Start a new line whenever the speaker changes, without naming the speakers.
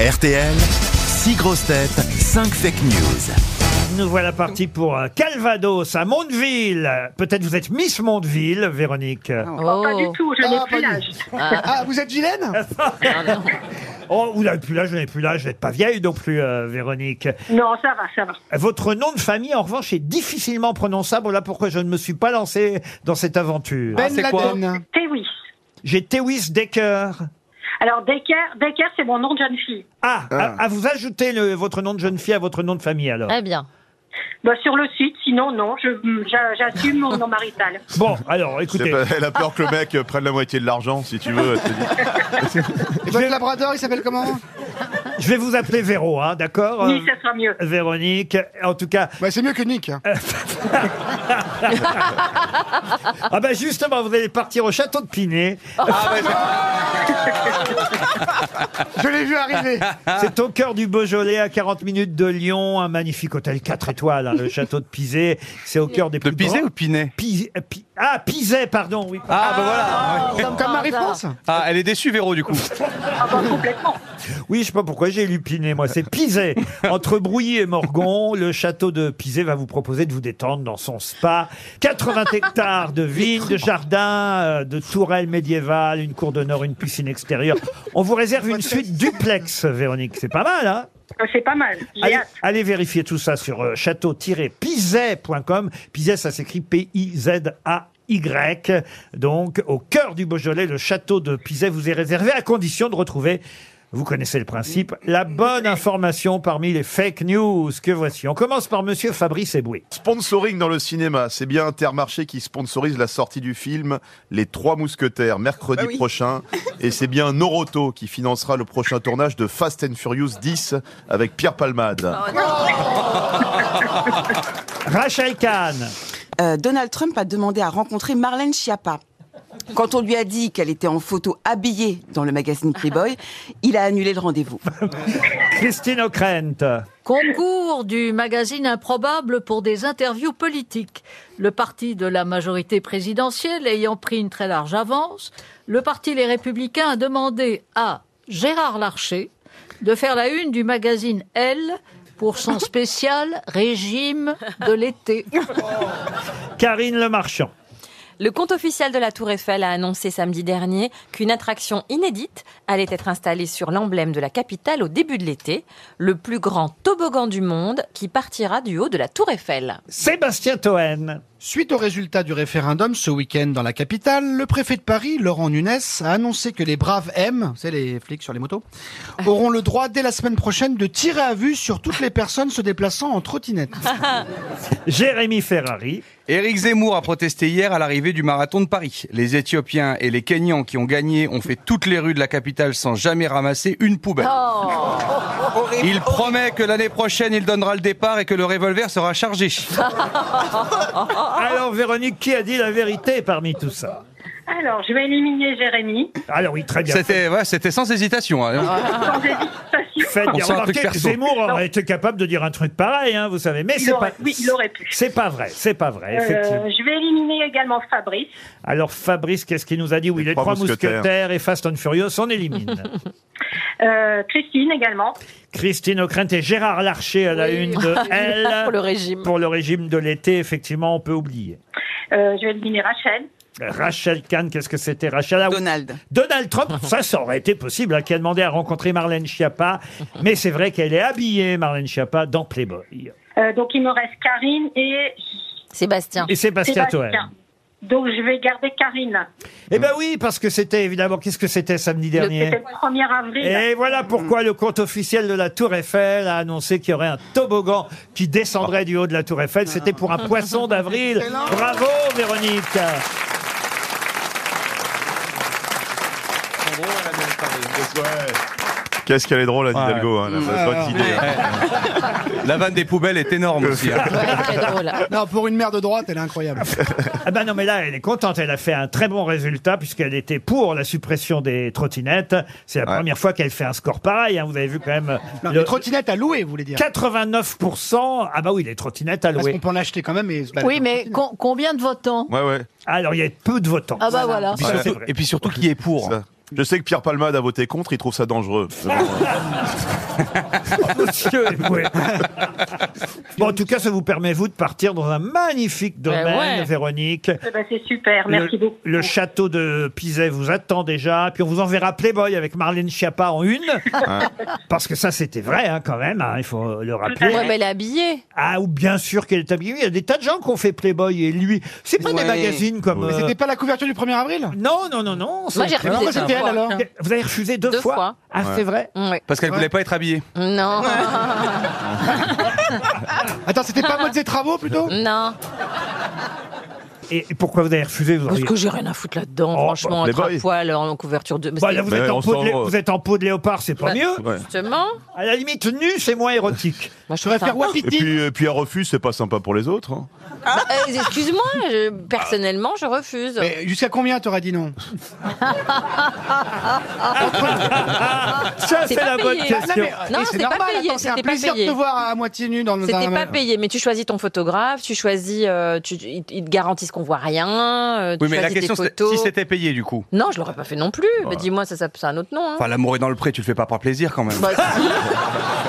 RTL, 6 grosses têtes, 5 fake news.
Nous voilà partis pour euh, Calvados à Mondeville. Peut-être vous êtes Miss Mondeville, Véronique.
Oh, pas du tout, je n'ai plus l'âge.
Ah, vous êtes vilaine
Oh, vous n'avez plus l'âge, vous n'avez plus l'âge, vous n'êtes pas vieille non plus, euh, Véronique.
Non, ça va, ça va.
Votre nom de famille, en revanche, est difficilement prononçable. Voilà pourquoi je ne me suis pas lancé dans cette aventure.
Ben
c'est quoi
Laden.
Tewis.
J'ai Tewis Decker.
Eh Alors, Decker, Decker c'est mon nom de jeune fille.
Ah, À, à vous ajouter le- votre nom de jeune fille à votre nom de famille, alors.
Ah, Eh
Très bien.
Bah, sur le site, sinon, non, je- mm, j'a- j'assume mon nom marital.
Bon, alors, écoutez.
Elle a peur que le mec euh, prenne la moitié de l'argent, si tu veux. elle te dit.
Et votre labrador, il s'appelle comment
Je vais vous appeler Véro, hein, d'accord
Oui, ça sera mieux.
euh, Véronique, en tout cas.
Bah, c'est mieux que Nick. hein.
Ah ben justement, vous allez partir au château de Pinet.
Je l'ai vu arriver.
C'est au cœur du Beaujolais, à 40 minutes de Lyon, un magnifique hôtel 4 étoiles, hein, le château de Pizet. C'est au cœur des
De
plus
Pizet
grands-
ou Pinet
Pi- euh, Pi- Ah, Pizet, pardon, oui.
Ah, bah voilà.
Comme, comme Marie-France
Ah, elle est déçue, Véro, du coup.
Ah, bah, complètement.
Oui, je sais pas pourquoi j'ai lu Pinet, moi. C'est Pizet. Entre Brouilly et Morgon, le château de Pizet va vous proposer de vous détendre dans son spa. 80 hectares de vignes, de jardins, euh, de tourelles médiévales, une cour d'honneur, une piscine extérieure. On vous réserve une suite duplex, Véronique. C'est pas mal, hein?
Euh, C'est pas mal. J'ai
Allez,
hâte.
allez vérifier tout ça sur euh, château-pizet.com. Pizet, ça s'écrit P-I-Z-A-Y. Donc, au cœur du Beaujolais, le château de Pizet vous est réservé à condition de retrouver, vous connaissez le principe, la bonne information parmi les fake news que voici. On commence par monsieur Fabrice Eboué.
Sponsoring dans le cinéma, c'est bien Intermarché qui sponsorise la sortie du film Les Trois Mousquetaires mercredi prochain. Et c'est bien Noroto qui financera le prochain tournage de Fast and Furious 10 avec Pierre Palmade.
Rachel Kahn.
Euh, Donald Trump a demandé à rencontrer Marlène Schiappa. Quand on lui a dit qu'elle était en photo habillée dans le magazine Playboy, il a annulé le rendez-vous.
Christine O'Krent.
Concours du magazine Improbable pour des interviews politiques. Le parti de la majorité présidentielle ayant pris une très large avance, le parti Les Républicains a demandé à Gérard Larcher de faire la une du magazine Elle pour son spécial régime de l'été.
Karine Lemarchand.
Le compte officiel de la Tour Eiffel a annoncé samedi dernier qu'une attraction inédite allait être installée sur l'emblème de la capitale au début de l'été, le plus grand toboggan du monde qui partira du haut de la Tour Eiffel.
Sébastien Toen.
Suite au résultat du référendum ce week-end dans la capitale, le préfet de Paris, Laurent Nunes, a annoncé que les braves M, vous savez les flics sur les motos, auront le droit dès la semaine prochaine de tirer à vue sur toutes les personnes se déplaçant en trottinette.
Jérémy Ferrari.
Éric Zemmour a protesté hier à l'arrivée du marathon de Paris. Les Éthiopiens et les Kenyans qui ont gagné ont fait toutes les rues de la capitale sans jamais ramasser une poubelle.
Oh.
Il promet que l'année prochaine, il donnera le départ et que le revolver sera chargé.
Alors, Véronique, qui a dit la vérité parmi tout ça?
Alors, je vais éliminer Jérémy.
Alors oui, très bien.
C'était ouais, c'était sans hésitation.
Ah.
hein.
Sans hésitation.
Ah. Faites
On
bien.
sent un
Remarquez
truc
que
perso.
Zemmour aurait été capable de dire un truc pareil, hein, vous savez. Mais
Il
c'est
aurait-
pas.
oui, il aurait pu.
C'est pas vrai, c'est pas vrai,
Euh,
effectivement.
je vais éliminer également Fabrice.
Alors Fabrice, qu'est-ce qu'il nous a dit Oui,
Les
les
trois
trois mousquetaires.
mousquetaires
et Fast and Furious, on élimine.
Euh, Christine également.
Christine O'Krent et Gérard Larcher à la une de Elle.
Pour le régime.
Pour le régime de l'été, effectivement, on peut oublier.
Euh, je vais éliminer Rachel.
Rachel Kahn, qu'est-ce que c'était Rachel Ah oui,
Donald.
Donald Trump, ça, ça aurait été possible, hein, qui a demandé à rencontrer Marlène Schiappa. Mais c'est vrai qu'elle est habillée, Marlène Schiappa, dans Playboy.
Euh, donc, il me reste Karine et
Sébastien.
Et Sébastien Toen.
Sébastien. Donc, je vais garder Karine.
Eh ben oui, parce que c'était évidemment, qu'est-ce que c'était samedi
Le-
dernier
C'était le 1er avril.
Et voilà pourquoi le compte officiel de la Tour Eiffel a annoncé qu'il y aurait un toboggan qui descendrait du haut de la Tour Eiffel. C'était pour un poisson d'avril. Bravo, Véronique.
Qu'est-ce qu'elle est drôle, Anne
Ouais. Ah,
Hidalgo, hein, la bonne idée.
La vanne des poubelles est énorme aussi. hein.
Très drôle.
Non, pour une mère de droite, elle est incroyable.
Ah ben non, mais là, elle est contente. Elle a fait un très bon résultat puisqu'elle était pour la suppression des trottinettes. C'est la première fois qu'elle fait un score pareil. hein. Vous avez vu quand même
Non,
le
les trottinettes à louer, vous voulez dire
89%. Ah bah oui, les trottinettes à
Parce
louer.
qu'on peut en acheter quand même. Et se balader
Oui,
en
mais
trottinette.
con- combien de votants
Ouais, ouais.
Alors, il y a peu de votants.
Ah bah voilà.
Et puis surtout, et puis surtout qui est pour.
Ça. Je sais que Pierre Palmade a voté contre, il trouve ça dangereux.
Monsieur Eboué. Bon, en tout cas, ça vous permet, vous, de partir dans un magnifique
Ben
domaine,
ouais.
Véronique.
Eh ben, c'est super, merci
le,
beaucoup.
le château de Pizet vous attend déjà. Puis on vous enverra Playboy avec Marlène Schiappa en une.
Ah.
Parce que ça, c'était vrai, hein, quand même. hein, il faut le rappeler.
Ouais, mais elle est habillée.
Ah, ou bien sûr qu'elle est habillée. Oui, Il y a des tas de gens qui ont fait Playboy et lui. C'est pas des
Ouais.
magazines comme. euh,
C'était pas la couverture du 1er avril
Non, non, non, non.
Moi, j'ai
c'est-
refusé
Pourquoi
deux
c'était elle
fois.
alors
Vous avez refusé deux,
Deux fois.
Ah, c'est vrai
Ouais.
Parce qu'elle voulait pas être habillée.
Non,
Attends, c'était pas mode des travaux plutôt
non.
Et et pourquoi vous avez refusé vous
Parce
auriez-
que j'ai rien à foutre là-dedans,
Oh,
franchement,
bah,
être
les
à poil en en couverture de. mais
Bah,
c'est-
là, vous,
Mais
êtes en
Ben, on
peau de
s'en
lé-
va.
vous êtes en peau de léopard, c'est pas
Bah,
mieux.
Ouais.
Justement.
À la limite, nu, c'est moins érotique.
Moi, je
Je
préfère-
préfère
Et
Wapiti.
puis, et puis un refus, c'est pas sympa pour les autres. hein.
Bah, euh, Excuse-moi, je- personnellement, je refuse.
Mais jusqu'à combien t'aurais dit non
Ça, c'est
C'est
la
pas
bonne
payé.
question.
Non,
et
Ah, c'est pas payé,
attends, c'est un
c'était pas
plaisir
payé.
de te voir à moitié nu dans le
C'était
dans-
pas payé, mais tu choisis ton photographe, tu choisis, euh, tu, tu- ils ils te garantissent qu'on voit rien, euh, tu
Oui, mais la
choisis
question,
tes
c'est
photos.
si c'était payé du coup.
non, je l'aurais pas fait non plus. Bah, dis-moi, ça, ça- c'est un autre nom. hein.
Enfin, l'amour est dans le pré, tu le fais pas par plaisir quand même.
Bah, si.